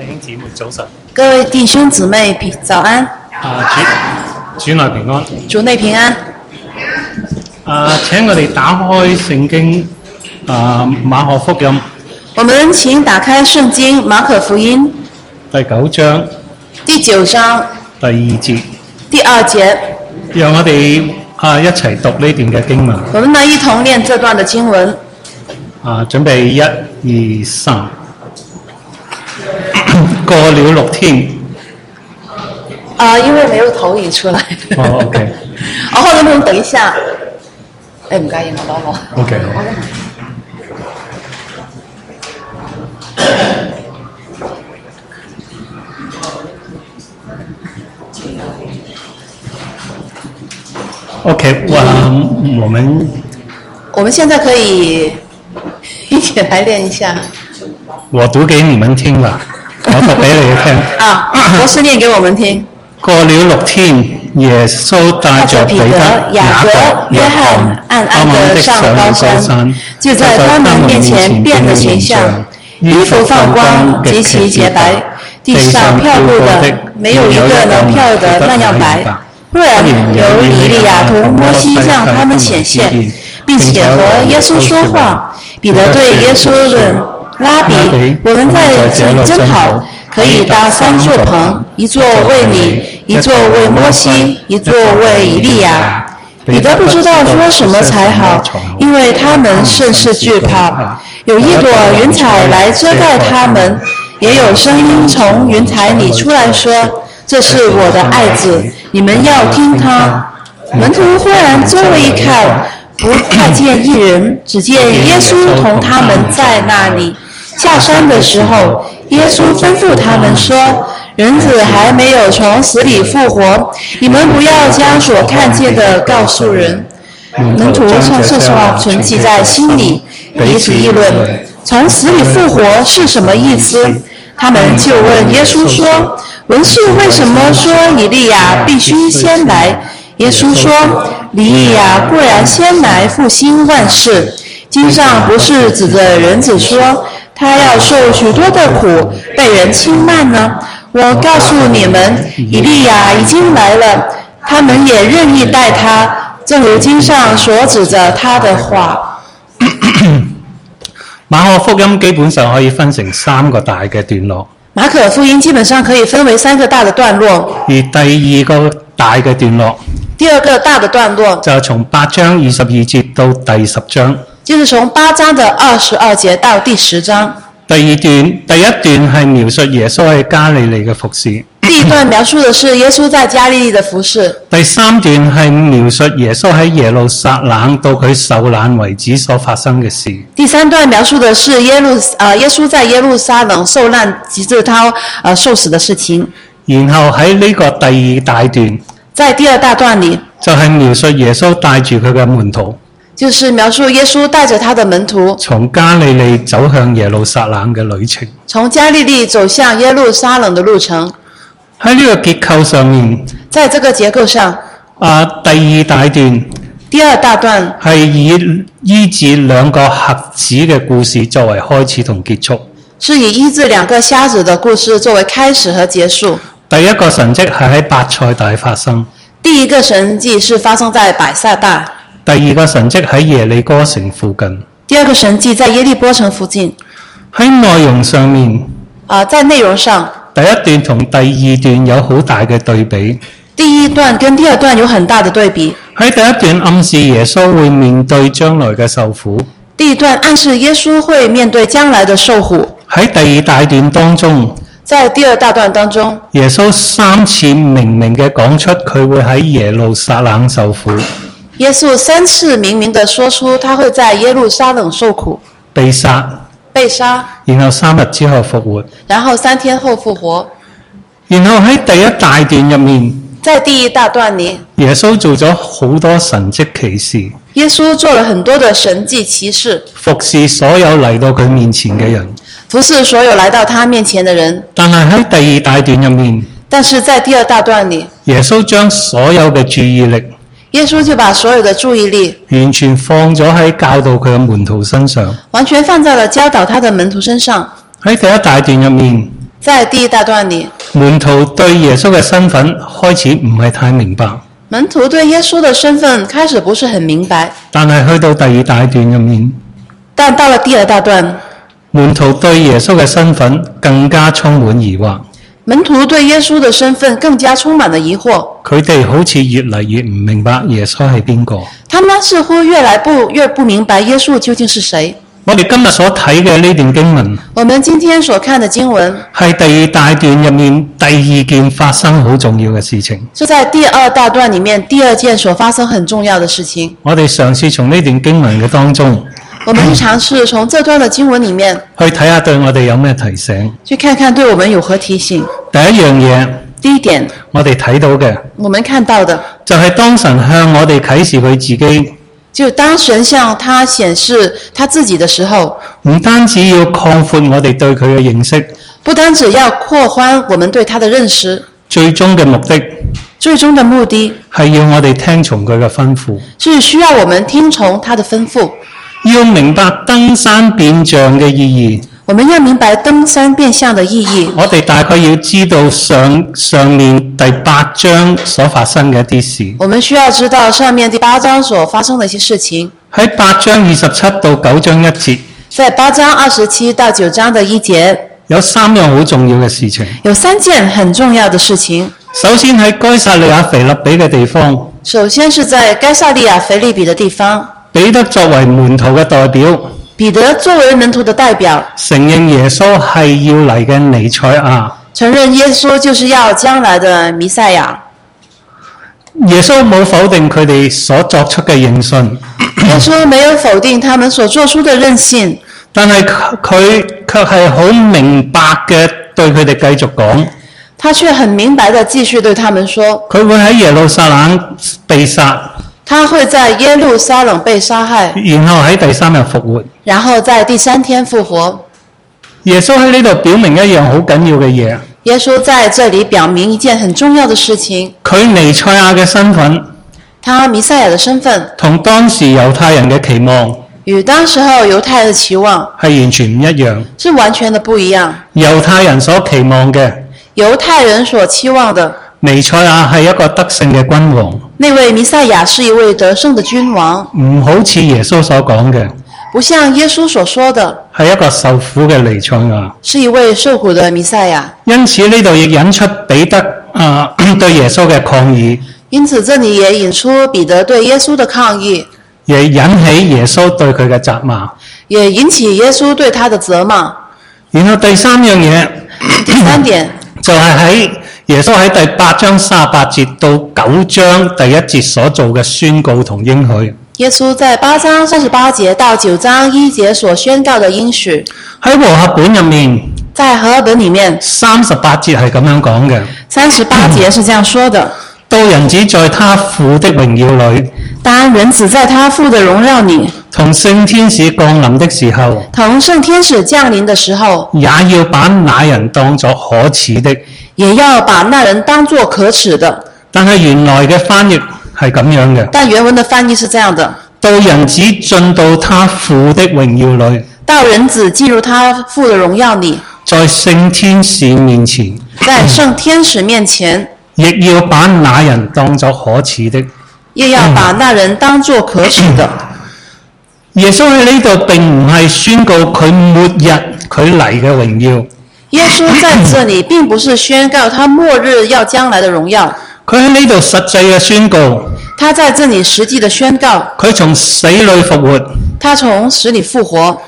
弟兄姊妹早晨，各位弟兄姊妹平早安，啊主主內平安，主内平安。啊請我哋打開聖經啊馬可福音我们请打开圣经《马可福音第九章》第九章第二節，第二节，讓我哋啊一齊讀呢段嘅經文我们呢一同念这段的经文。啊，準備一、二、三。 過了六天，啊、因为没有投影出来。 哦，OK，然后能不能等一下？哎，唔该，我帮我。 OK，好。OK，我我 um, 们我们现在可以一起来练一下我读给你们听吧，我读俾你听。啊，博士念给我们听。过了六天，耶穌帶着彼得、雅雅各、各、約約翰翰，暗他暗們的的上上了了高高山山，，就在在他們们面面前前变變了了形形象象，，衣衣服服放放光，光，极極其其洁潔白白，，地地上上漂漂布布的的没沒有有一一个個能能漂漂得得那那样樣白白。不然由以利亚同摩西向他们显现，并且和耶稣说话。彼得对耶稣问：“拉比，我们在这里真好，可以搭三座棚，一座为你，一座为摩西，一座为以利亚。”彼得不知道说什么才好，因为他们甚是惧怕。有一朵云彩来遮盖他们，也有声音从云彩里出来说：“这是我的爱子，你们要听他。”门徒忽然周围一看，不看见一人，只见耶稣同他们在那里。下山的时候，耶稣吩咐他们说：“人子还没有从死里复活，你们不要将所看见的告诉人。”门徒将这话存记在心里，彼此议论：“从死里复活是什么意思？”他们就问耶稣说：“文士为什么说以利亚必须先来？”耶稣说：“以利亚固然啊先来复兴万事，经上不是指着人子说他要受许多的苦，被人轻慢呢？我告诉你们，以利亚已经来了，他们也任意待他，正如经上所指着他的话。馬可福音基本上可以分成三個大嘅段落，”马可福音基本上可以分为三个大的段落。而第二個大嘅段落第二个大的段落就係從八章二十二節到第十章。就是从八章的二十二节到第十章。第二段第一段係描述耶穌喺加利利嘅服侍，第一段描述的是耶稣在加利利的服饰，第三段係描述耶穌喺耶路撒冷到佢受難為止所發生嘅事。第三段描述的是耶路呃耶稣在耶路撒冷受难，直至他呃受死的事情。然後喺呢個第二大段在第二大段里，就係描述耶穌帶住佢嘅門徒就是描述耶稣带着他的门徒從加利利走向耶路撒冷嘅旅程。从加利利走向耶路撒冷的路程。喺呢個結構上面，在这个结构上，啊第二大段第二大段係以醫治兩個瞎子嘅故事作為開始同結束。是以医治两个瞎子的故事作为开始和结束。第一個神蹟係喺伯賽大發生，第一个神迹是发生在百撒大，第二個神蹟喺耶利哥城附近。第二个神迹在耶利波城附近。喺內容上面，啊、在内容上，第一段同第二段有好大嘅對比。第一段跟第二段有很大的对比。喺第一段暗示耶穌會面對將來嘅受苦；第一段暗示耶稣会面对将来的受苦。喺第二大段當中，在第二大段当中，耶穌三次明明嘅講出佢會喺耶路撒冷受苦，耶稣三次明明的说出他会在耶路撒冷受苦、被殺，被杀，然後三日之後復活。然后三天后复活。然後喺第一大段入面，在第一大段里，耶穌做咗好多神蹟奇事，耶稣做了很多的神迹奇事，服侍所有嚟到佢面前嘅人。服侍所有来到他面前的人。但係喺第二大段入面，但是在第二大段里，耶穌將所有嘅注意力耶稣就把所有的注意力完全放咗喺教導佢嘅門徒身上。完全放在了教导他的门徒身上。喺第一大段入面，在第一大段里，門徒對耶穌嘅身份開始唔係太明白，门徒对耶稣的身份开始不是很明白，但係去到第二大段入面，但到了第二大段，門徒對耶穌嘅身份更加充滿疑惑，门徒对耶稣的身份更加充满了疑惑。佢哋好似越嚟越唔明白耶穌係邊個。他们似乎越来不越不明白耶稣究竟是谁。我哋今日所睇嘅呢段經文我们今天所看的经文係第二大段入面第二件發生好重要嘅事情。是在第二大段里面第二件所发生很重要的事情。我哋嘗試從呢段經文嘅當中我们尝试从这段的经文里面去睇下對我哋有咩提醒。去看看对我们有何提醒。第一樣嘢，第一点，我哋睇到嘅我们看到的就係當神向我哋啟示佢自己，就当神向他显示他自己的时候，唔單止要擴闊我哋對佢嘅認識，不单只要扩宽我们对他的认识，最終嘅目的最终的目的係要我哋聽從佢嘅吩咐。是需要我们听从他的吩咐。要明白登山變像嘅意義，我们要明白登山变相的意义。我哋大概要知道上上面第八章所發生嘅一啲事。我们需要知道上面第八章所发生的一些事情，喺八章二十七到九章一節在八章二十七到九章的一节，有三樣好重要嘅事情。有三件很重要的事情。首先喺該撒利亞腓立比嘅地方，首先是在该萨利亚腓利比的地方，彼得作為門徒嘅代表，彼得作为门徒的代表，承認耶穌係要嚟嘅尼賽亞。承认耶稣就是要将来的弥赛亚。耶穌冇否定佢哋所作出嘅認信，耶稣没有否定他们所做出的任性，但係佢卻係好明白嘅對佢哋繼續講，他却很明白的继续对他们说，佢會喺耶路撒冷被殺，他会在耶路撒冷被杀害，然後喺第三日復活。然后在第三天复活。耶穌喺呢度表明一樣好緊要嘅嘢，耶稣在这里表明一件很重要的事情，佢尼賽亞嘅身份他弥赛亚的身份同當時猶太人嘅期望与当时候犹太的期望係完全唔一樣。是完全的不一样。猶太人所期望嘅犹太人所期望的尼賽亞係一個得勝嘅君王，那位弥赛亚是一位得胜的君王，唔好似耶穌所講嘅不像耶稣所说的，係一個受苦嘅尼賽亞。是一位受苦的弥赛亚。因此呢度亦引出彼得啊、 對耶穌嘅抗議，因此，这里也引出彼得对耶稣的抗议，亦引起耶穌對佢嘅責罵。也引起耶稣对他的责骂。然後第三樣嘢第三点，就係喺耶穌喺第八章三十八節到九章第一節所做嘅宣告同應許。耶稣在八章三十八节到九章一节所宣告的应许，喺和合本入面，在和合本里面三十八節係咁樣講嘅：三十八节是这样说的：到人子在他父的榮耀裏，当人子在他父的荣耀里，同聖天使降臨的時候，同圣天使降临的时候，也要把那人當作可恥的。也要把那人当作可耻的。但係原來嘅翻譯係咁樣嘅：但原文的翻译是这样的：到人子進到他父的榮耀裏，到人子进入他父的荣耀里，在聖天使面前，在圣天使面前，亦要把那人當作可恥的。也要把那人当作可耻的。耶穌喺呢度並唔係宣告佢末日佢嚟嘅榮耀，耶稣在这里并不是宣告他末日要将来的荣耀，佢喺呢度實際嘅宣告，他在这里实际的宣告，佢從死裏復活他从死里复活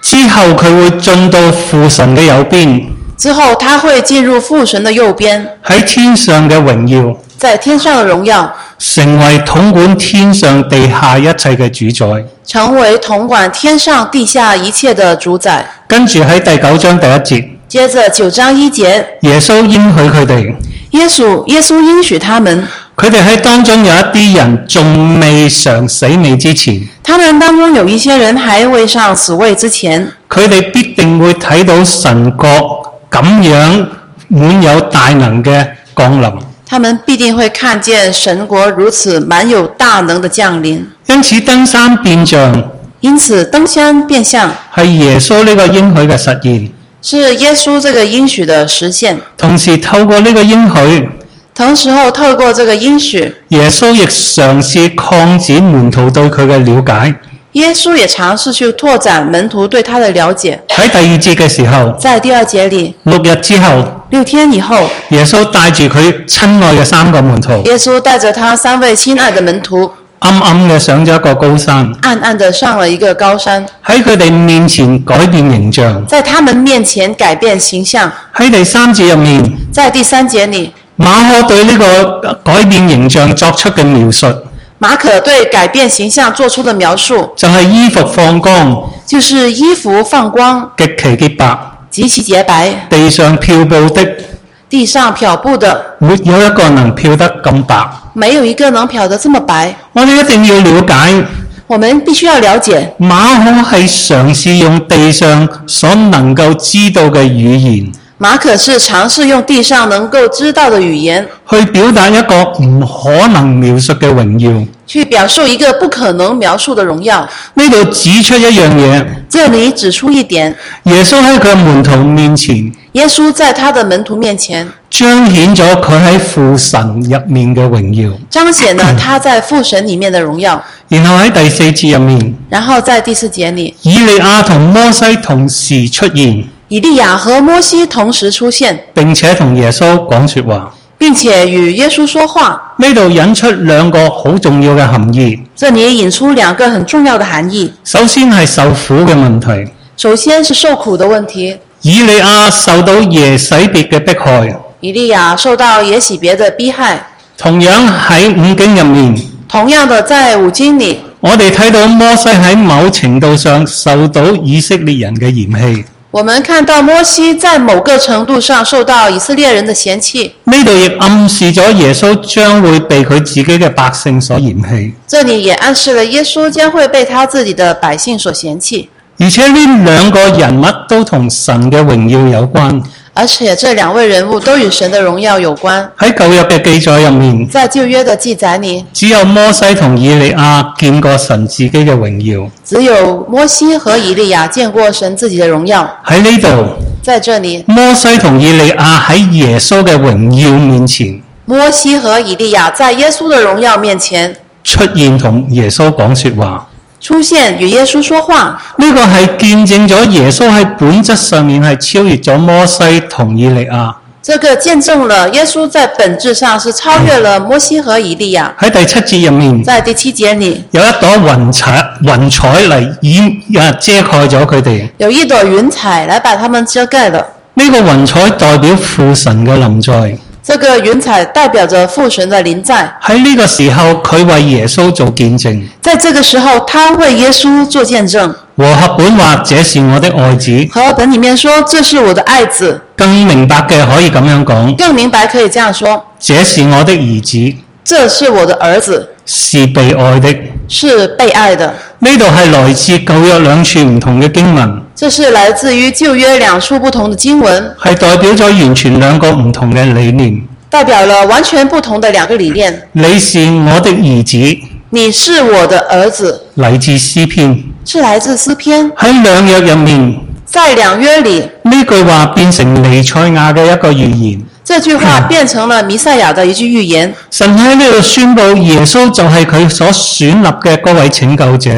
之後，佢會進到父神嘅右邊，之后，他会进入父神的右边，喺天上嘅榮耀，在天上的荣耀，成為統管天上地下一切嘅主宰。成为统管天上地下一切的主宰。跟住喺第九章第一節，接着九章一节，耶穌應許佢哋，耶稣耶稣应许他们，佢哋喺當中有一啲人仲未嘗死未之前，他们当中有一些人还未上死位之前，佢哋必定會睇到神國咁樣滿有大能嘅降臨。他们必定会看见神国如此满有大能的降临。因此登山變像因此，登山变相係耶穌呢個應許嘅實現，是耶稣这个应许的实现。同時透過呢個應許，同时候，透过这个应许，耶穌亦嘗試擴展門徒對佢嘅了解。耶稣也尝试去拓展门徒对他的了解。喺第二節嘅時候，在第二节里，六日之後，六天以后，耶穌帶住佢親愛嘅三個門徒，耶稣带着他三位亲爱的门徒，暗暗嘅上咗一個高山，暗暗的上了一个高山，喺佢哋面前改變形象。在他们面前改变形象。喺第三節入面，在第三节里，馬可對呢個改變形象作出嘅描述，马可对改变形象做出的描述，就係、衣服放光，就是衣服放光，極其潔白，极其洁白，地上漂布的，地上漂布的，沒有一個能漂得咁白。没有一个能漂得这么白。我哋一定要了解，我们必须要了解，馬可係嘗試用地上所能夠知道嘅語言，马可是尝试用地上能够知道的语言，去表達一個唔可能描述嘅榮耀。去表述一个不可能描述的荣耀。呢度指出一樣嘢，这里指出一点，耶穌喺佢嘅門徒面前耶稣在他的门徒面前彰顯咗佢喺父神入面嘅榮耀。彰显了他在父神里面的荣耀。然後喺第四節入面，然后在第四节里，以利亞同摩西同時出現，以利亚和摩西同时出现，並且同耶穌講说話。并且与耶稣说话。呢度引出兩個好重要嘅含義。这里引出两个很重要的含义：首先係受苦嘅問題，首先是受苦的问题，以利亞受到耶洗別嘅迫害，以利亚受到耶洗别的逼害。同樣喺五經入面，同样的，在五经里，我哋睇到摩西喺某程度上受到以色列人嘅嫌棄。我们看到摩西在某个程度上受到以色列人的嫌弃，呢度亦暗示咗耶穌將會被佢自己嘅百姓所嫌棄，这里也暗示了耶稣将会被他自己的百姓所嫌弃。而且呢兩個人物都同神嘅榮耀有關。而且这两位人物都与神的荣耀有关。喺舊約嘅記載入面，在旧约的记载里，只有摩西同以利亞見過神自己嘅榮耀。只有摩西和以利亚见过神自己的荣耀。喺呢度，在这里，摩西同以利亞喺耶穌嘅榮耀面前摩西和以利亚在耶稣的荣耀面前出現，同耶穌講说話。出现，与耶稣说话。呢、個係見證咗耶穌喺本質上面係超越咗摩西同以利亞。这个见证了耶稣在本质上是超越了摩西和以利亚。喺第七節入面，在第七节里，有一朵雲彩雲彩嚟掩啊遮蓋咗佢哋。有一朵云彩来把他们遮盖了。呢、個雲彩代表父神嘅臨在。这个云彩代表着父神的临在，喺呢個時候，佢為耶穌做見證。在这个时候，他为耶稣做见证。和合本話：這是我的愛子。和本里面说：“这是我的爱子。更明白嘅可以咁樣”講：更明白可以這樣说這是我的兒子，：“这是我的儿子，是被愛的。是被愛的。呢度係來自舊約兩處唔同嘅經文，”这是来自于旧约两处不同的经文，係代表咗完全兩個唔同嘅理念。代表了完全不同的两个理念。你是我的兒子，你是我的儿子，嚟自詩篇。是来自诗篇，喺兩約入面，在两约里，呢句話變成尼賽亞嘅一個預言。这句话变成了弥赛亚的一句预言。神喺呢度宣布耶穌就係佢所選立嘅嗰位拯救者。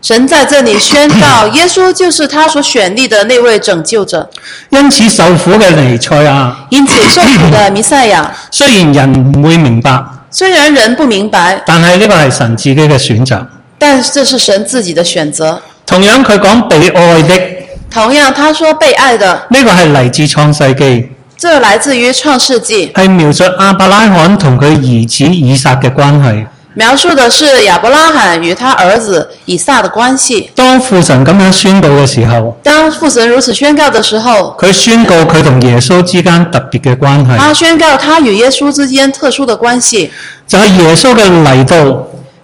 神在这里宣告，耶稣就是他所选立的那位拯救者。因此受苦嘅尼賽亞，因此，受苦的弥赛亚，雖然人唔會明白，虽然人不明白，但係呢個係神自己嘅選擇。但是这是神自己的选择。同樣佢講被愛的，同样，他说被爱的，呢、個係嚟自創世記，这来自于创世纪，係描述亞伯拉罕同佢兒子以撒嘅關係。描述的是亚伯拉罕与他儿子以撒的关系。當父神咁樣宣布嘅時候，当父神如此宣告的时候，佢宣告佢同耶穌之間特別嘅關係，他宣告他与耶稣之间特殊的关系，就係耶穌嘅嚟到，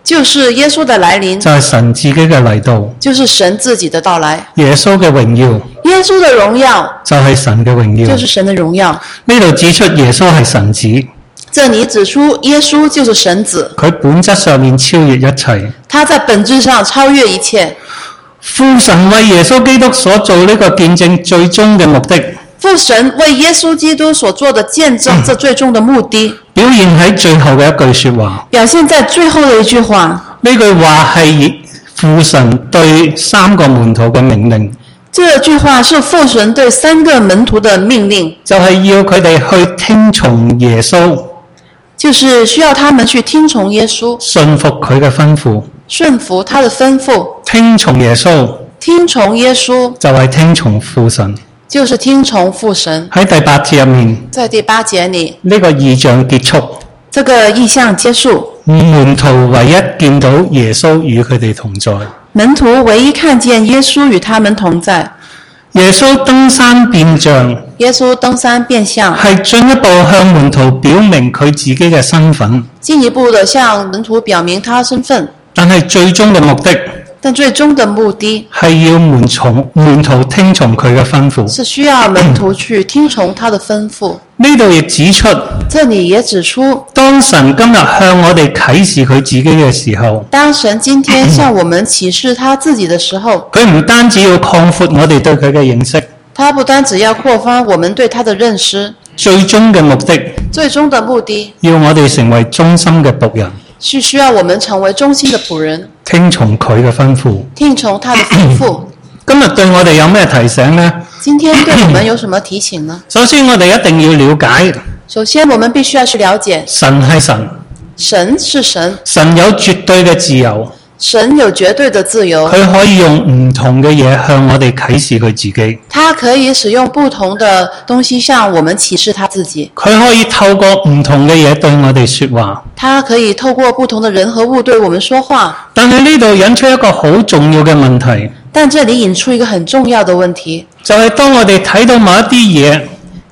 就是耶稣的来临，就係神自己嘅嚟到，就是神自己的到来。耶穌嘅榮耀耶稣的荣耀就係神嘅榮耀就。是神的荣耀。呢度指出耶穌係神子，这里指出，耶稣就是神子，佢本質上面超越一切。他在本质上超越一切。父神为耶稣基督所做呢个见证最终嘅目的，父神为耶稣基督所做的见证，这最终的目的表现喺最后嘅一句说话。表现在最后的一句话。呢句话系父神对三个门徒嘅命令，这句话是父神对三个门徒的命令，就系、要佢哋去听从耶稣，就是需要他们去听从耶稣，信服佢嘅吩咐。顺服他的吩咐，听从耶稣听从耶稣，就系听从父神。就是听从父神。喺第八节入面，呢、在第八节里，个意象结束，这个意象结束，门徒唯一见到耶稣与佢哋同在。门徒唯一看见耶稣与他们同在。耶稣登山变像，耶稣登山变相，系进一步向门徒表明佢自己嘅身份，进一步的向门徒表明他身份，但系最终嘅目的但最终的目的系要门从门徒听从佢嘅吩咐。是需要门徒去听从他的吩咐。呢度亦指出，这里也指出，当神今日向我哋启示佢自己嘅时候，当神今天向我们启示他自己的时候，佢唔单止要扩阔我哋对佢嘅认识，他不单只要扩宽我们对他的认识，最终嘅目的最终的目的要我哋成为忠心嘅仆人，是需要我们成为忠心的仆人，听从佢嘅吩咐。听从他的吩咐。今日对我哋有咩提醒呢？今天对我们有什么提醒呢？首先，我哋一定要了解首先，我们必须要去了解，神系神，神是神，神有绝对嘅自由，神有绝对的自由，佢可以用唔同嘅嘢向我哋启示佢自己。他可以使用不同的东西向我们启示他自己，佢可以透過唔同嘅嘢對我哋说話，他可以透过不同的人和物对我们说话。但係呢度引出一個好重要嘅問題，但这里引出一个很重要的问题，就係當我哋睇到某一啲嘢，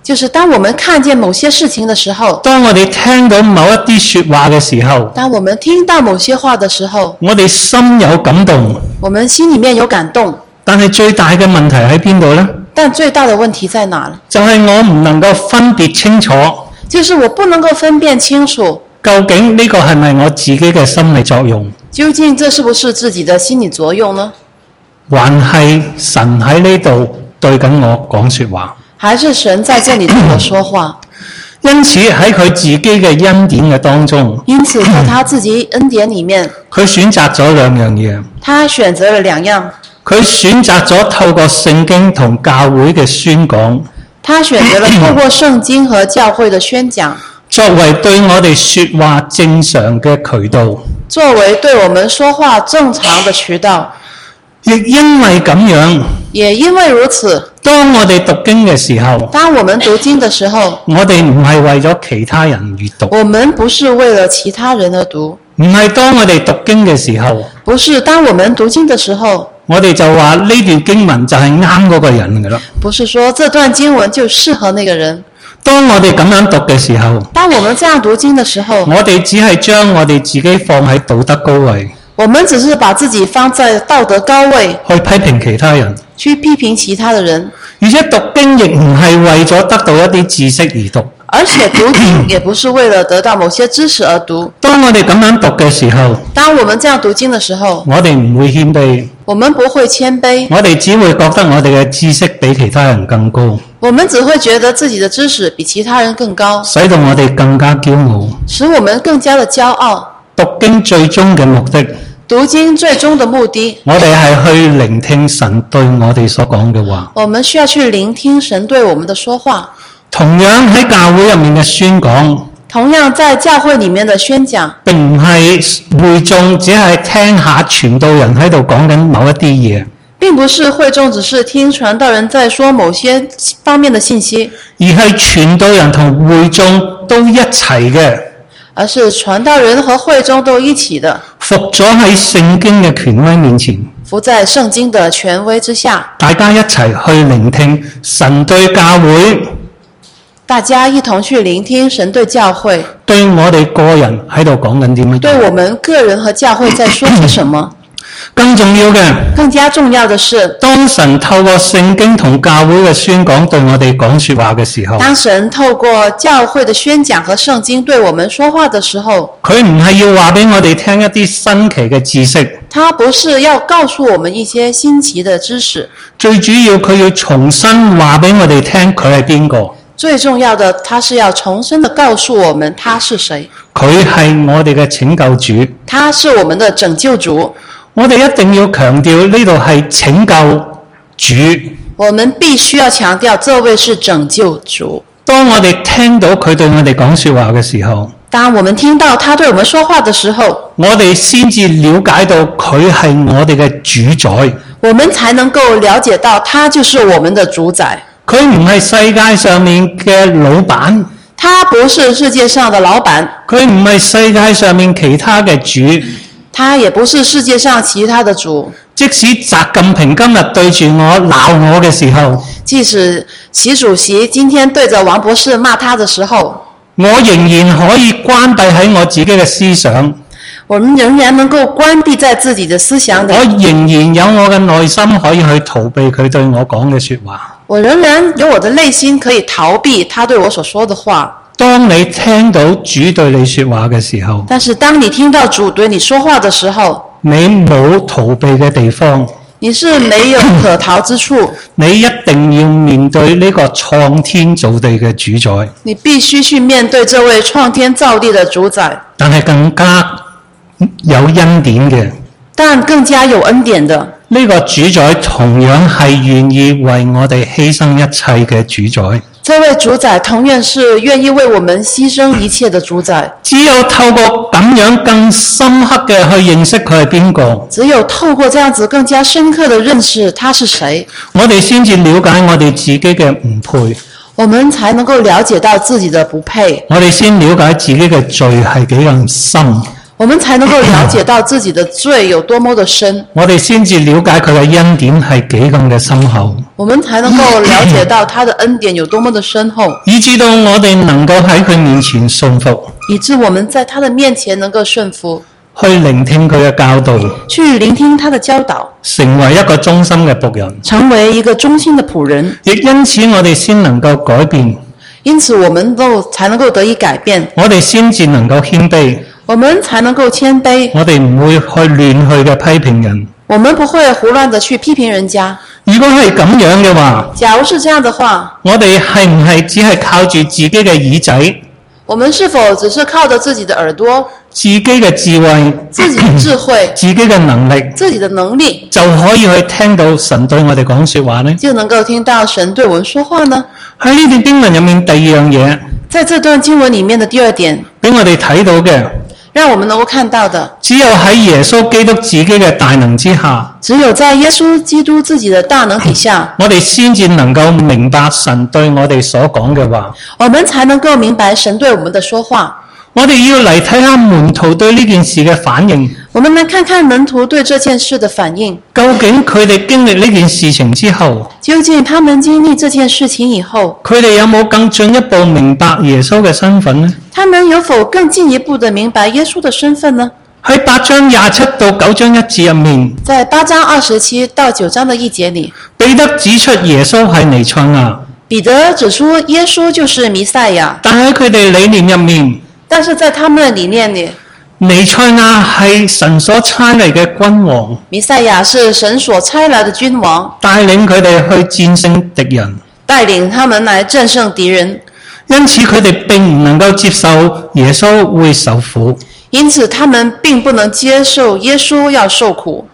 就是当我们看见某些事情的时候，當我哋聽到某一啲说話嘅時候，当我们听到某些话的时候，我哋心有感動，我们心里面有感动，但係最大嘅問題喺邊度呢？但最大的问题在哪呢？就係我唔能夠分別清楚，就是我不能够分辨清楚，究竟呢個係咪我自己嘅心理作用，究竟这是不是自己的心理作用呢？還係神喺呢度對緊我講说話？还是神在这里对我说话？因此喺佢自己嘅恩典嘅當中，因此，在他自己恩典里面，佢選擇咗兩樣嘢。他选择了两样，佢選擇咗透過聖經同教會嘅宣講，他选择了透过圣经和教会的宣讲，作為對我哋说話正常嘅渠道。作为对我们说话正常的渠道。亦因為咁樣，也因为如此，當我哋讀經嘅時候，当我们读经的时候，我哋唔係為咗其他人而讀，我们不是为了其他人而读，唔係當我哋讀經嘅時候，不是当我们读经的时候，我哋就話呢段經文就係啱嗰個人㗎啦。不是说这段经文就适合那个人。當我哋咁樣讀嘅時候，当我们这样读经的时候，我哋只係將我哋自己放喺道德高位我们只是把自己放在道德高位去批評其他人，去批评其他的人，而且讀經亦唔係為咗得到一啲知識而讀。而且读经也不是为了得到某些知识而读。當我哋咁樣讀嘅時候，当我们这样读经的时候，我哋唔會謙卑，我们不会谦卑，我哋只會覺得我哋嘅知識比其他人更高，我们只会觉得自己的知识比其他人更高，使到我哋更加驕傲。使我们更加的骄傲。讀經最終嘅目的，读经最终的目的，我哋係去聆聽神對我哋所講嘅話。我们需要去聆听神对我们的说话。同樣喺教會入面嘅宣講，同样，在教会里面的宣讲，並唔係會眾只係聽下傳道人喺度講緊某一啲嘢，并不是会众只是听传道人在说某些方面的信息，而係傳道人同會眾都一齊嘅而是传道人和会众都一起的，服咗喺聖經嘅權威面前。伏在圣经的权威之下，大家一齊去聆聽神對教會、大家一同去聆听神对教会、對我哋個人喺度講緊啲乜对嘢。我们个人和教会在说些什么。更重要嘅，更加重要的是，當神透過聖經同教會嘅宣講對我哋講说話嘅時候，当神透过教会的宣讲和圣经对我们说话的时候，佢唔係要話俾我哋聽一啲新奇嘅知識，他不是要告诉我们一些新奇的知识，最主要佢要重新話俾我哋聽，佢係邊個？最重要的，他是要重生的告诉我们他是谁，佢係我哋嘅拯救主。他是我们的拯救主。我哋一定要強調呢度係拯救主。我们必须要强调，这位是拯救主。當我哋聽到佢對我哋講说話嘅時候，当我们听到他对我们说话的时候，我哋先至了解到佢係我哋嘅主宰。我们才能够了解到他就是我们的主宰。佢唔係世界上面嘅老闆，他不是世界上的老板，佢唔係世界上面其他嘅主。他也不是世界上其他的主。即使習近平今日對住我鬧我嘅時候，即使习主席今天对着王博士骂他的时候，我仍然可以關閉喺我自己嘅思想，我们仍然能够关闭在自己的思想我里。仍然有我嘅內心可以去逃避佢對我講嘅说話。我仍然有我的内心可以逃避他对我所说的话。當你聽到主對你说話嘅時候，但是当你听到主对你说话的时候，你冇逃避嘅地方，你是没有可逃之处，你一定要面對呢個創天造地嘅主宰。你必须去面对这位创天造地的主宰。但係更加有恩典嘅但更加有恩典的，呢、個主宰同樣係願意為我哋犧牲一切嘅主宰。这位主宰同样是愿意为我们牺牲一切的主宰。只有透過咁樣更深刻嘅去認識佢係邊個，只有透过这样子更加深刻的认识他是谁，我哋先至了解我哋自己嘅唔配，我们才能够了解到自己的不配，我哋先了解自己嘅罪係幾咁深，我们才能够了解到自己的罪有多么的深，我哋先至了解佢嘅恩典係幾咁嘅深厚，我们才能够了解到他的恩典有多么的深厚，以至到我哋能夠喺佢面前信服，以致我们在他的面前能够顺服，去聆聽佢嘅教導，去聆听他的教导，成為一個忠心嘅仆人。成为一个忠心的仆人。亦因此，我哋先能夠改變，因此，我们都才能够得以改变，我哋先至能夠謙卑，我们才能够谦卑，我哋唔會去亂去嘅批評人。我们不会胡乱的去批评人家。如果係咁樣嘅話，假如是这样的话，我哋係唔係只係靠住自己嘅耳仔、我们是否只是靠着自己的耳朵、自己嘅智慧、自己的智慧、自己嘅能力， 自己的能力，就可以去聽到神對我哋講说話呢？就能够听到神对我们说话呢？喺呢段經文入面，第二樣嘢在这段经文里面的第二点，俾我哋睇到嘅，让我们能够看到的，只有喺耶穌基督自己嘅大能之下，只有在耶稣基督自己的大能底下，我哋先至能夠明白神對我哋所講嘅話。我们才能够明白神对我们的说话。我哋要嚟睇下門徒對呢件事嘅反應，我们来看看门徒对这件事的反应，究竟佢哋經歷呢件事情之後，究竟他们经历这件事情以后，佢哋有冇更進一步明白耶穌嘅身份呢？他们有否更进一步的明白耶稣的身份呢？喺八章廿七到九章一節入面，在八章二十七到九章的一节里，彼得指出耶穌係尼賽亞，彼得指出耶稣就是弥赛亚，但喺佢哋理念入面，但是在他们的理念里，尼賽亞係神所差嚟嘅君王，弥赛亚是神所差来的君王，帶領佢哋去戰勝敵人。带领他们来战胜敌人，因此佢哋並唔能夠接受耶穌會受苦，因此他们并不能接受耶稣要受苦，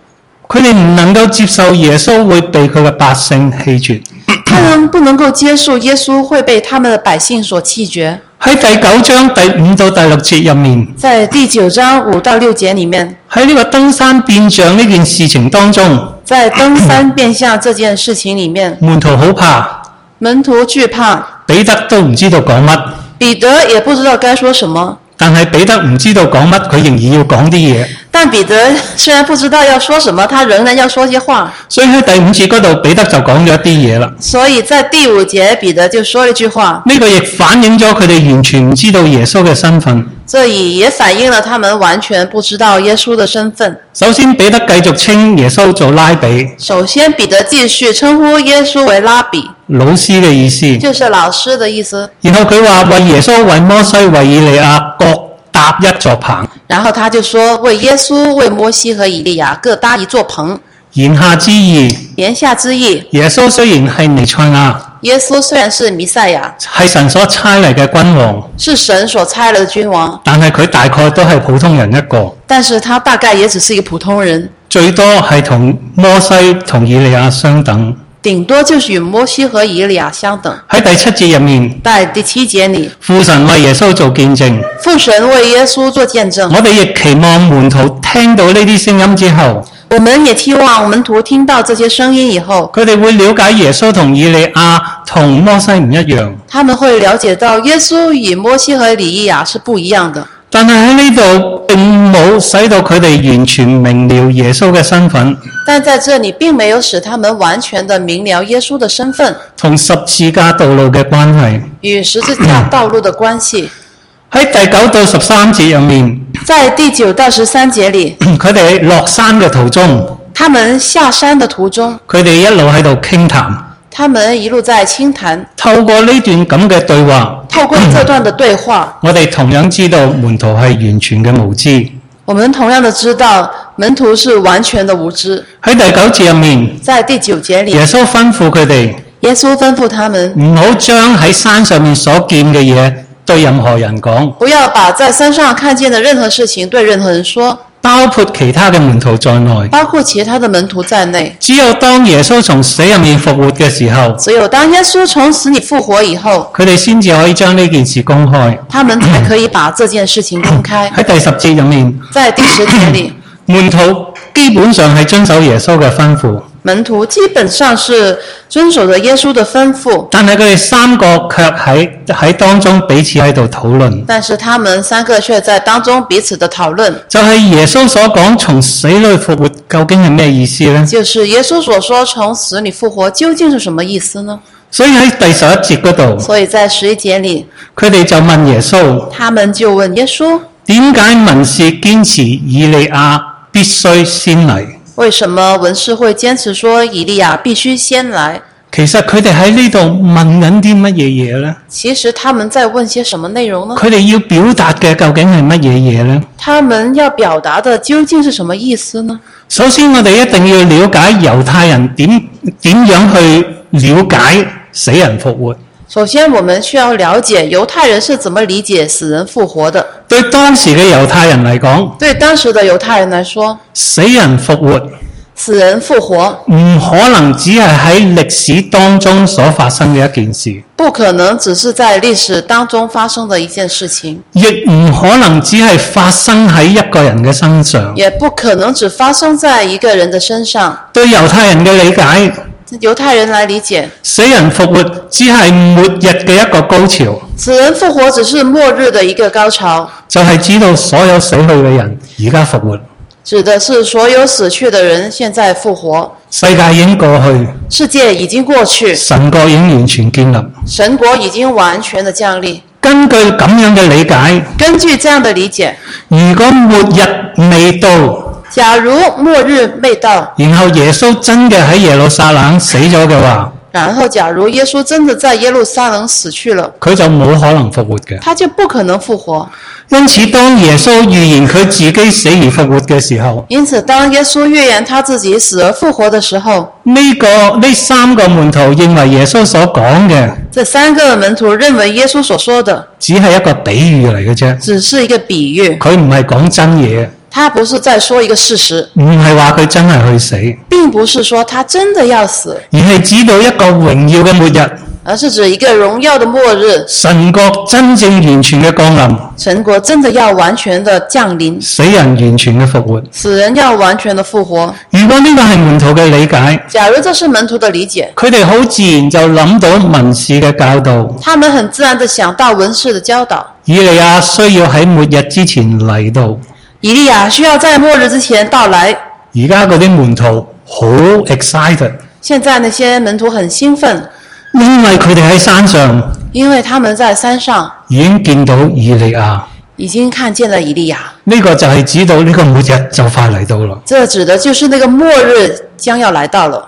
佢哋唔能夠接受耶穌會被佢嘅百姓棄絕。他们不能够接受耶稣会被他们的百姓所弃绝。喺第九章第五到第六節入面，在第九章五到六节里面，喺呢個登山變像呢件事情當中，在登山变相这件事情里面，門徒好怕，门徒惧怕，彼得都唔知道講乜。彼得也不知道该说什么。但係彼得唔知道講乜，佢仍然要講啲嘢。但彼得虽然不知道要说什么，他仍然要说些话。所以喺第五節嗰度，彼得就講咗一啲嘢啦。所以在第五节，彼得就说了一句话，呢、個亦反映咗佢哋完全唔知道耶穌嘅身份。这里也反映了他们完全不知道耶稣的身份。首先，彼得繼續稱耶穌做拉比首先，彼得继续称呼耶稣为拉比，老師嘅意思，就是老师的意思。然後佢話為耶穌、為摩西、為以利亞各搭一座棚，然后他就说为耶稣、为摩西和以利亚各搭一座棚。言下之意，言下之意，耶穌雖然係尼賽亞，耶稣虽然是弥赛亚，係神所差嚟嘅君王，是神所差来的君王，但係佢大概都係普通人一個，但是他大概也只是一个普通人，最多係同摩西同以利亞相等。顶多就是与摩西和以利亚相等。喺第七節入面，在第七节里，父神為耶穌做見證，父神为耶稣做见证。我哋亦期望門徒聽到呢啲聲音之後，我们也期望门徒听到这些声音以后，佢哋會了解耶穌同以利亞同摩西唔一樣。他们会了解到耶稣与摩西和以利亚是不一样的。但係喺呢度並冇使到佢哋完全明了耶穌嘅身份但在这里并没有使他们完全的明了耶稣的身份同十字架道路嘅關係。与十字架道路的关系。喺第九到十三節入面， 在第九到十三节里，佢哋落山嘅途中，他们下山的途中，佢哋一路喺度傾談。他们一路在清谈。透過呢段咁嘅對話，透过这段的对话，我哋同樣知道門徒係完全嘅無知。我们同样的知道门徒是完全的无知。喺第九節入面，在第九节里，耶穌吩咐佢哋耶穌吩咐他们唔好將喺山上面所見嘅嘢對任何人講，不要把在山上看见的任何事情对任何人说，包括其他嘅門徒在內。包括其他的门徒在内。只有當耶穌從死入面復活嘅時候，只有当耶稣从死里复活以后，佢哋先至可以將呢件事公開。他们才可以把这件事情公开。喺第十節入面，在第十节里，門徒基本上係遵守耶穌嘅吩咐，门徒基本上是遵守着耶稣的吩咐，但係佢哋三個卻喺喺當中彼此喺度討論，但是他们三个却在当中彼此的讨论，就係、耶穌所講從死裏復活究竟係咩意思呢？就是耶稣所说从死里复活究竟是什么意思呢？所以喺第十一節嗰度，所以在十一节里，佢哋就問耶穌：他们就問耶稣，點解文士堅持以利亞必須先嚟？为什么文士会坚持说以利亚必须先来？其實佢哋喺呢度問緊啲乜嘢嘢呢？其实他们在问些什么内容呢？佢哋要表達嘅究竟係乜嘢嘢呢？他们要表达的究竟是什么意思呢？首先，我哋一定要了解猶太人點點樣去了解死人復活。首先，我们需要了解犹太人是怎么理解死人复活的。對當時嘅猶太人嚟講，对当时的犹太人来说，死人復活死人复活唔可能只係喺歷史當中所發生嘅一件事，不可能只是在历史当中发生的一件事情，亦唔可能只係發生喺一個人嘅身上。也不可能只发生在一个人的身上。對猶太人嘅理解，犹太人来理解，死人復活只係末日嘅一個高潮。死人复活只是末日的一个高潮，就係指到所有死去嘅人而家復活，指的是所有死去的人现在复活。世界已經過去，世界已经过去，神國已經完全建立。神国已经完全的降临。根據咁樣嘅理解，根据这样的理解，如果末日未到，假如末日未到，然後耶穌真嘅喺耶路撒冷死咗嘅話，然后假如耶稣真的在耶路撒冷死去了，佢就冇可能復活嘅。他就不可能复活。因此，當耶穌預言佢自己死而復活嘅時候，因此，当耶稣预言他自己死而复活的时候，呢、個呢三個門徒認為耶穌所講嘅这三个门徒认为耶稣所说的只係一個比喻嚟嘅啫，只是一个比喻，佢唔係講真嘢，他不是在说一个事实，唔係話佢真係去死。并不是说他真的要死，而係指到一個榮耀嘅末日，而是指一个荣耀的末日，神國真正完全嘅降臨，神国真的要完全的降临，死人完全嘅復活。死人要完全的复活。如果呢個係門徒嘅理解，假如这是门徒的理解，佢哋好自然就諗到文士嘅教導，他们很自然地想到文士的教导，以利亞需要喺末日之前嚟到。以利亚需要在末日之前到来。而家嗰啲門徒好 excited，现在那些门徒很兴奋，因為佢哋喺山上因为他们在山上已經見到以利亞。已经看见了以利亚。呢、個就係指到呢個末日就快嚟到啦。这指的就是那个末日将要来到了。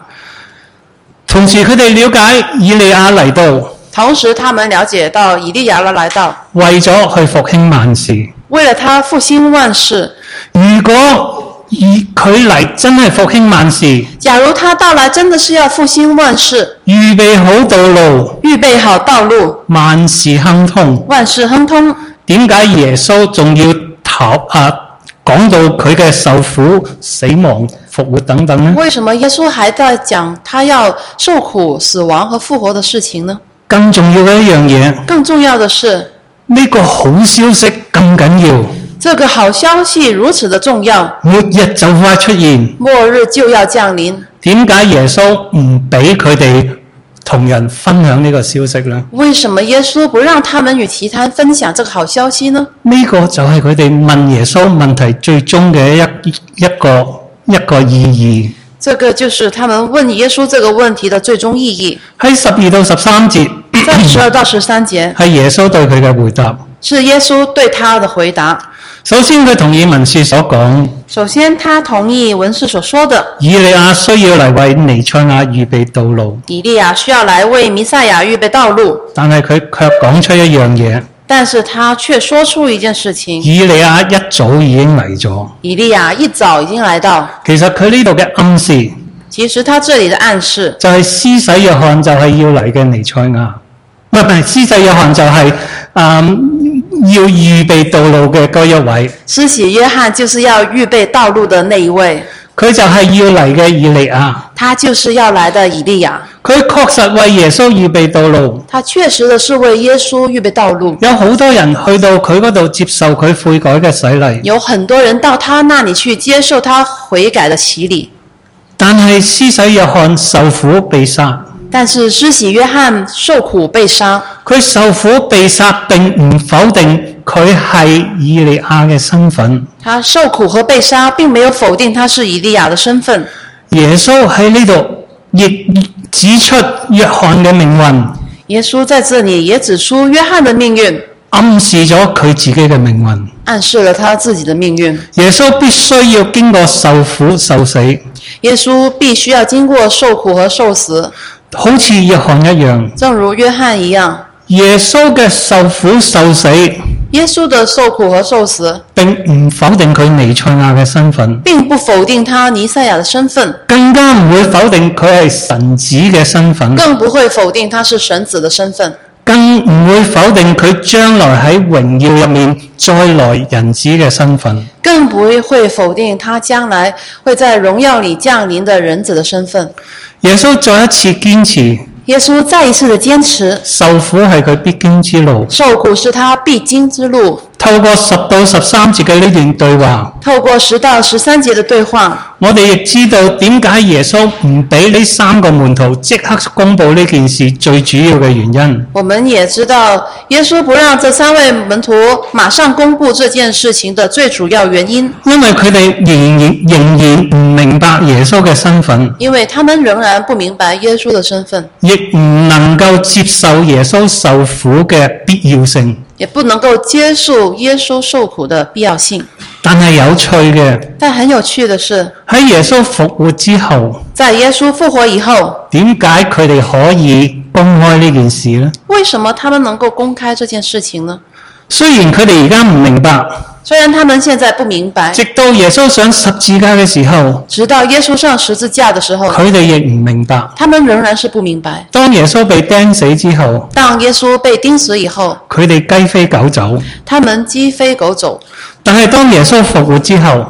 同時佢哋了解以利亞嚟到，同时，他们了解到以利亚的来到，為咗去復興萬事。为了他复兴万事。如果以佢嚟真係復興萬事，假如他到来真的是要复兴万事，預備好道路，预备好道路，萬事亨通。万事亨通。點解耶穌仲要頭啊講到佢嘅受苦、死亡、復活等等呢？为什么耶稣还在讲他要受苦、死亡和复活的事情呢？更重要嘅一樣嘢，更重要的是，呢、個好消息咁緊要，这个好消息如此的重要，末日就快出現。末日就要降临。點解耶穌唔俾佢哋同人分享呢個消息呢？为什么耶稣不让他们与其他人分享这个好消息呢？呢、個就係佢哋問耶穌問題最終嘅一一個一個意義。这个就是他们问耶稣这个问题的最终意义。喺十二到十三節在十二到十三节係耶穌對佢嘅回答。是耶稣对他的回答。首先佢同意文士所講，首先，他同意文士所说的，以利亞需要嚟為尼賽亞預備道路，以利亚需要来为弥赛亚预备道路，但係佢卻講出一樣嘢，但是他却说出一件事情：以利亞一早已經嚟咗。以利亚一早已经来到。其實佢呢度嘅暗示其实他这里的暗示，就係施洗約翰就係要嚟嘅尼賽亞，唔係唔係施洗約翰就係、嗯要預備道路嘅嗰一位，施洗约翰就是要预备道路的那一位，佢就係要嚟嘅以利亞。他就是要来的以利亚。佢確實為耶穌預備道路，他确实的是为耶稣预备道路。有好多人去到佢嗰度接受佢悔改嘅洗禮，有很多人到他那里去接受他悔改的洗礼，但係施洗約翰受苦被殺。但是施洗约翰受苦被杀，佢受苦被殺並唔否定佢係以利亞嘅身份。他受苦和被杀并没有否定他是以利亚的身份。耶穌喺呢度亦指出約翰嘅命運，耶稣在这里也指出约翰的命运，暗示咗佢自己嘅命運。暗示了他自己的命运。耶穌必須要經過受苦受死，耶稣必须要经过受苦和受死，好似約翰一樣。正如约翰一样。耶穌嘅受苦受死耶稣的受苦和受死，並唔否定佢尼賽亞嘅身份，并不否定他尼赛亚的身份，更加唔會否定佢係神子嘅身份，更不会否定他是神子的身份，更唔會否定佢將來喺榮耀入面再來人子嘅身份。更不会否定他将来会在荣耀里降临的人子的身份。耶穌再一次堅持耶稣再一次的坚持，受苦係佢必經之路。受苦是他必经之路。透過十到十三節嘅呢段對話，透过十到十三节的对话，我哋亦知道點解耶穌唔俾呢三個門徒即刻公佈呢件事最主要嘅原因。我们也知道耶稣不让这三位门徒马上公布这件事情的最主要原因，因為佢哋仍然仍然唔明白耶穌嘅身份，因为他们仍然不明白耶稣的身份，亦唔能夠接受耶穌受苦嘅必要性。也不能够接受耶稣受苦的必要性。但係有趣嘅但很有趣的是，喺耶穌復活之後，在耶稣复活以后，點解佢哋可以公開呢件事呢？为什么他们能够公开这件事情呢？雖然佢哋而家唔明白，虽然他们现在不明白，直到耶穌上十字架嘅時候，直到耶稣上十字架的时候，佢哋亦唔明白。他们仍然是不明白。當耶穌被釘死之後，当耶稣被钉死以后，佢哋雞飛狗走。他们鸡飞狗走；但係當耶穌復活之後，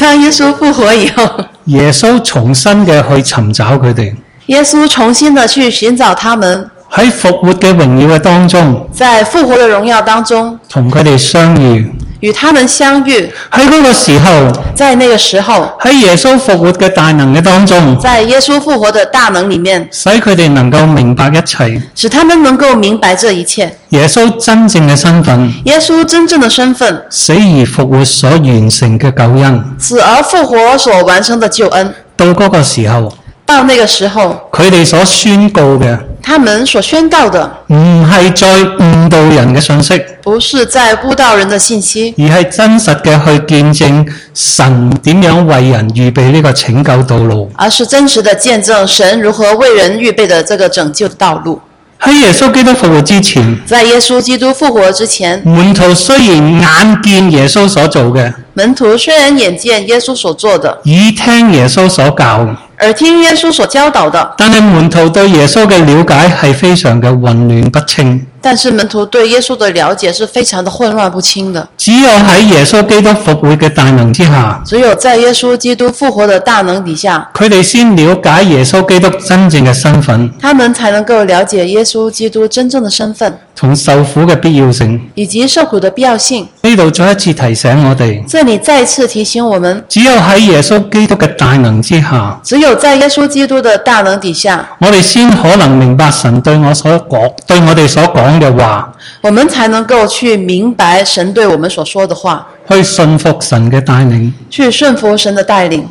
当耶稣复活以后，耶穌重新嘅去尋找佢哋。耶稣重新的去寻找他们，喺復活嘅榮耀嘅當中，在复活的荣耀当中同佢哋相遇。与他们相遇。喺嗰個時候，在那个时候，喺耶穌復活嘅大能嘅當中，在耶稣复活的大能里面，使佢哋能夠明白一切使他们能够明白这一切。耶穌真正嘅身份，耶稣真正的身份，死而復活所完成嘅救恩。死而复活所完成的救恩。到嗰個時候，到那个时候，佢哋所宣告嘅他们所宣告的唔係再誤導人嘅信息，不是在误导人的信息，而係真實嘅去見證神點樣為人預備呢個拯救道路。而是真实的见证神如何为人预备的这个拯救的道路。喺耶穌基督復活之前，在耶穌基督復活之前，門徒雖然眼見耶穌所做嘅，門徒雖然眼見耶穌所做的，耳聽耶穌所教，耳聽耶穌所教導的，但係門徒對耶穌嘅了解係非常嘅混亂不清。但是門徒對耶穌的了解是非常的混亂不清的。只有喺耶穌基督復活嘅大能之下，只有在耶穌基督復活的大能底下，佢哋先了解耶穌基督真正嘅身份他們才能夠了解耶穌基督真正的身份，同受苦嘅必要性。以及受苦的必要性。呢度再一次提醒我哋，這里再次提醒我們，只有喺耶穌基督嘅大能之下，只有在耶穌基督的大能底下，我哋先可能明白神對我所講，對我哋所講嘅話，我們才能夠去明白神對我們所說的話，去信服神嘅帶領。去順服神的帶領。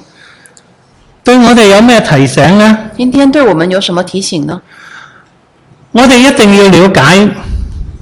對我哋有咩提醒呢？今天對我們有什麼提醒呢？我哋一定要了解、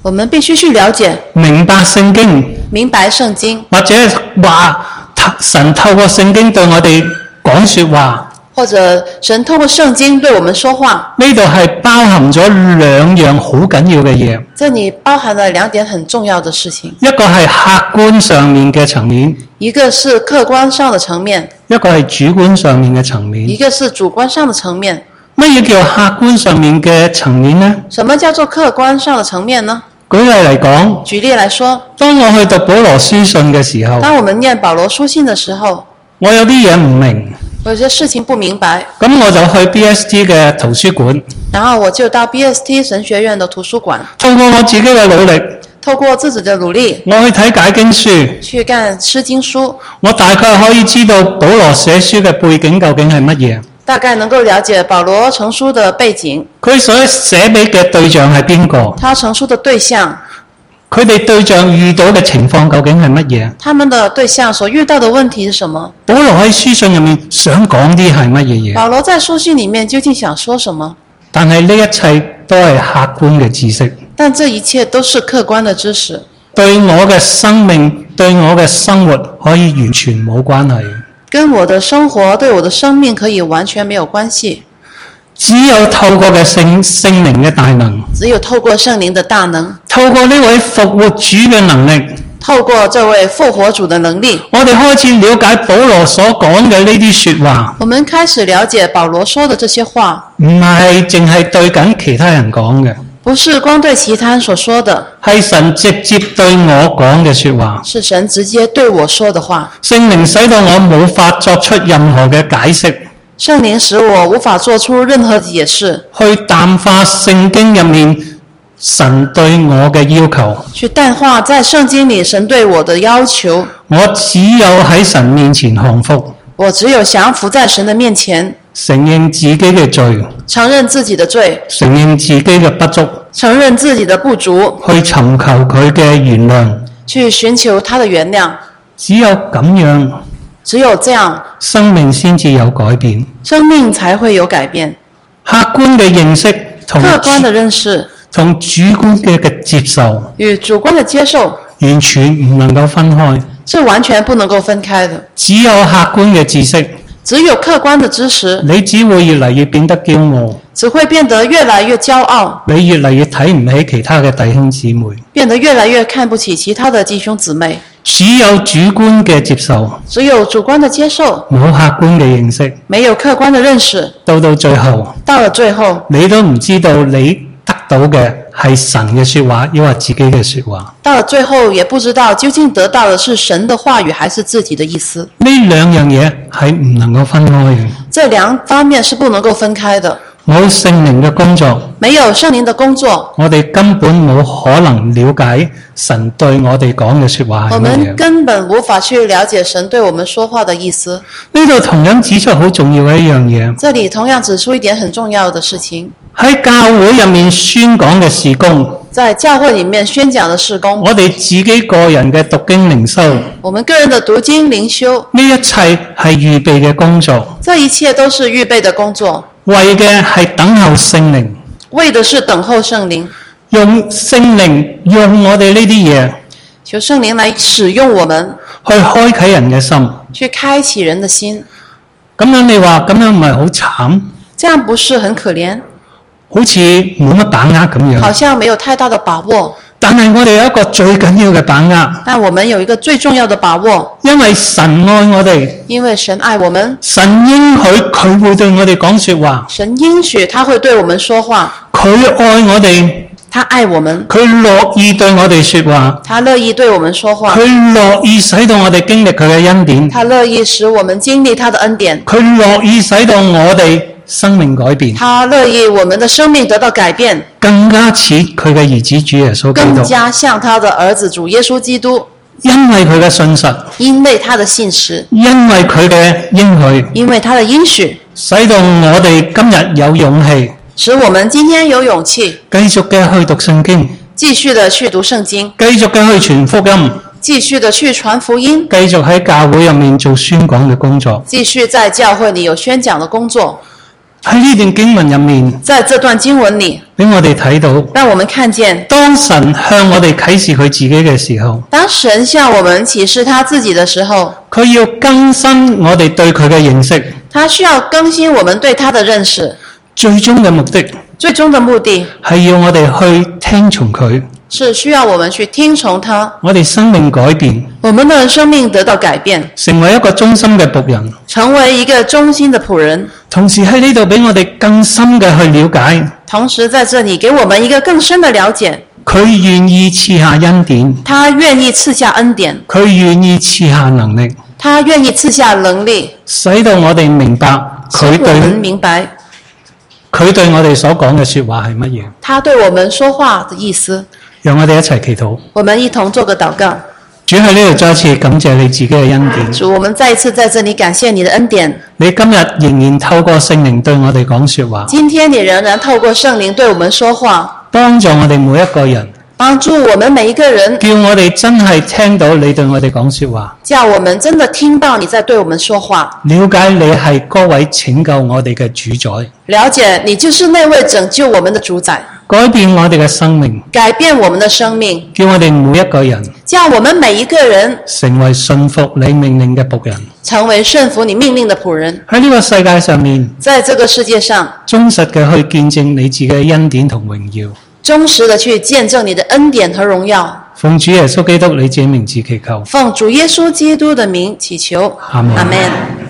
我們必須去了解、明白聖經，明白聖經，或者話透神透過聖經對我哋講說話。或者神透過聖經對我們說話。呢度係包含咗兩樣好緊要嘅嘢，這里包含了兩點很重要的事情，一個係客觀上面嘅層面，一個是客觀上的層面，一個係主觀上面嘅層面一。個是主觀上的層面。乜嘢叫客觀上面嘅層面呢？什麼叫做客觀上的層面呢？舉例嚟講，舉例來說，當我去讀保羅書信嘅時候，當我們念保羅書信的時候，我有啲嘢唔明，我有些事情不明白，咁我就去 BST 嘅圖書館，然後我就到 BST 神學院的圖書館，透過我自己嘅努力，透過自己的努力我去睇解經書，去看《詩經》書，我大概可以知道保羅寫書嘅背景究竟係乜嘢，大概能夠了解保羅成書的背景，佢所寫俾嘅對象係邊個，他成書的對象，佢哋對象遇到嘅情況究竟係乜嘢。他們的對象所遇到的問題是什麼？保羅喺書信入面想講啲係乜嘢嘢，保羅在書信裡面究竟想說什麼？但係呢一切都係客觀嘅知識，但這一切都是客觀的知識，對我嘅生命、對我嘅生活可以完全冇關係。跟我的生活對我的生命可以完全沒有關係。只有透過嘅聖聖靈嘅大能，只有透過聖靈的大能，透過呢位復活主嘅能力，透過這位復活主的能力，我哋開始了解保羅所講嘅呢啲說話，我們開始了解保羅說的這些話，唔係淨係對緊其他人講嘅，不是光對其他人所說的，係神直接對我講嘅說話。是神直接對我說的話。聖靈使到我冇法作出任何嘅解釋，聖靈使我無法做出任何解釋，去淡化聖經入面神對我嘅要求。去淡化在聖經裡神對我的要求。我只有喺神面前降服，我只有降服在神的面前，承認自己嘅罪，承認自己的罪，承認自己嘅不足，承認自己的不足，去尋求佢嘅原諒。去尋求他的原諒。只有咁樣，只有這樣，生命先至有改變。生命才會有改變。客觀嘅認識同客觀的認識同主觀嘅嘅接受，與主觀的接受完全唔能夠分開。是完全不能夠分開的。只有客觀嘅知識，只有客觀的知識，你只會越嚟越變得驕傲，只會變得越來越驕傲，你越嚟越睇唔起其他嘅弟兄姊妹。變得越來越看不起其他的弟兄姊妹。只有主觀嘅接受，只有主觀的接受，冇客觀嘅認識，沒有客觀的認識，到到最後，到了最後，你都唔知道你得到嘅係神嘅說話，抑或自己嘅說話。到了最後也不知道究竟得到的是神的話語還是自己的意思。呢兩樣嘢係唔能夠分開嘅。這兩方面是不能夠分開的。冇聖靈嘅工作，沒有聖靈的工作，我哋根本冇可能了解神對我哋講嘅說話我係乜們嘢。根本無法去了解神對我們說話的意思。呢度同樣指出好重要嘅一樣嘢，這裡同樣指出一點很重要的事情，喺教會入面宣講嘅事工，在教會裡面宣講的事工，我哋自己個人嘅讀經靈修，呢我們個人的讀經靈修，一切係預備嘅工作，這一切都是預備的工作，為嘅係等候聖靈，為的是等候聖靈，用聖靈用我哋呢啲嘢求聖靈來使用我們，去開啟人嘅心。去開啟人的心。咁樣你話咁樣唔係好慘？這樣不是很可憐？好似冇乜把握咁好樣。像没有太大的把握，但係我哋有一個最緊要嘅把握，但我们有一个最重要的把握，因為神愛我哋，因为神爱我们，神應許佢會對我哋講说話，神应许他会对我们说话，佢愛我哋，他爱我们，佢樂意對我哋说話，他乐意对我们说话，佢樂意使到我哋經歷佢嘅恩典，他乐意使我们经历他的恩典，佢樂意使到我哋生命改變，他乐意我们的生命得到改变，更加似佢嘅兒子主耶穌更基督，加像他的儿子主耶稣基督，因為佢嘅信實，因为他的信实，因為佢嘅應許，因为他的应许，使到我哋今日有勇氣使我们今天有勇气繼續嘅去讀聖經。继续的去读圣经，繼續嘅去傳福音，继续的去传福音，繼續喺教會入面做宣講嘅工作。继续在教会里有宣讲的工作。喺呢段經文入面，在这段经文里，俾我哋睇到，让我们看见，當神向我哋啟示佢自己嘅時候，当神向我们启示他自己的时候，佢要更新我哋對佢嘅認識，他需要更新我们对他的认识。最終嘅目的最终的目的係要我哋去聽從佢，是需要我们去听从他，我哋生命改變，我们的生命得到改变，成為一個忠心嘅仆人。成为一个忠心的仆人。同時喺呢度俾我哋更深嘅去了解，同时，在这里给我们一个更深的了解，佢願意賜下恩典，他愿意赐下恩典，佢願意賜下能力，他愿意赐下能力，使到我哋明白使佢我们對。明白佢對我哋所講嘅说話係乜嘢？他对我们说话的意思。讓我哋一齊祈禱。我们一同做个祷告，主喺呢度再一次感謝你自己嘅恩典。啊主，我们再一次在这里感谢你的恩典。你今日仍然透過聖靈對我哋講说話，今天你仍然透过圣灵对我们说话，幫助我哋每一個人，帮助我们每一个人，叫我哋真係聽到你對我哋講说話，叫我们真的听到你在对我们说话，了解你係嗰位拯救我哋嘅主宰，了解你就是那位拯救我们的主宰，改變我哋嘅生命，改变我们的生命，叫我哋每一個人叫我们每一个人成為信服你命令嘅仆人。成为顺服你命令的仆人，喺呢個世界上面，在这个世界上忠實嘅去見證你自己嘅恩典同榮耀。忠实的去见证你的恩典和荣耀。奉主耶穌基督你自己名字祈求。奉主耶稣基督的名祈求，阿门阿门。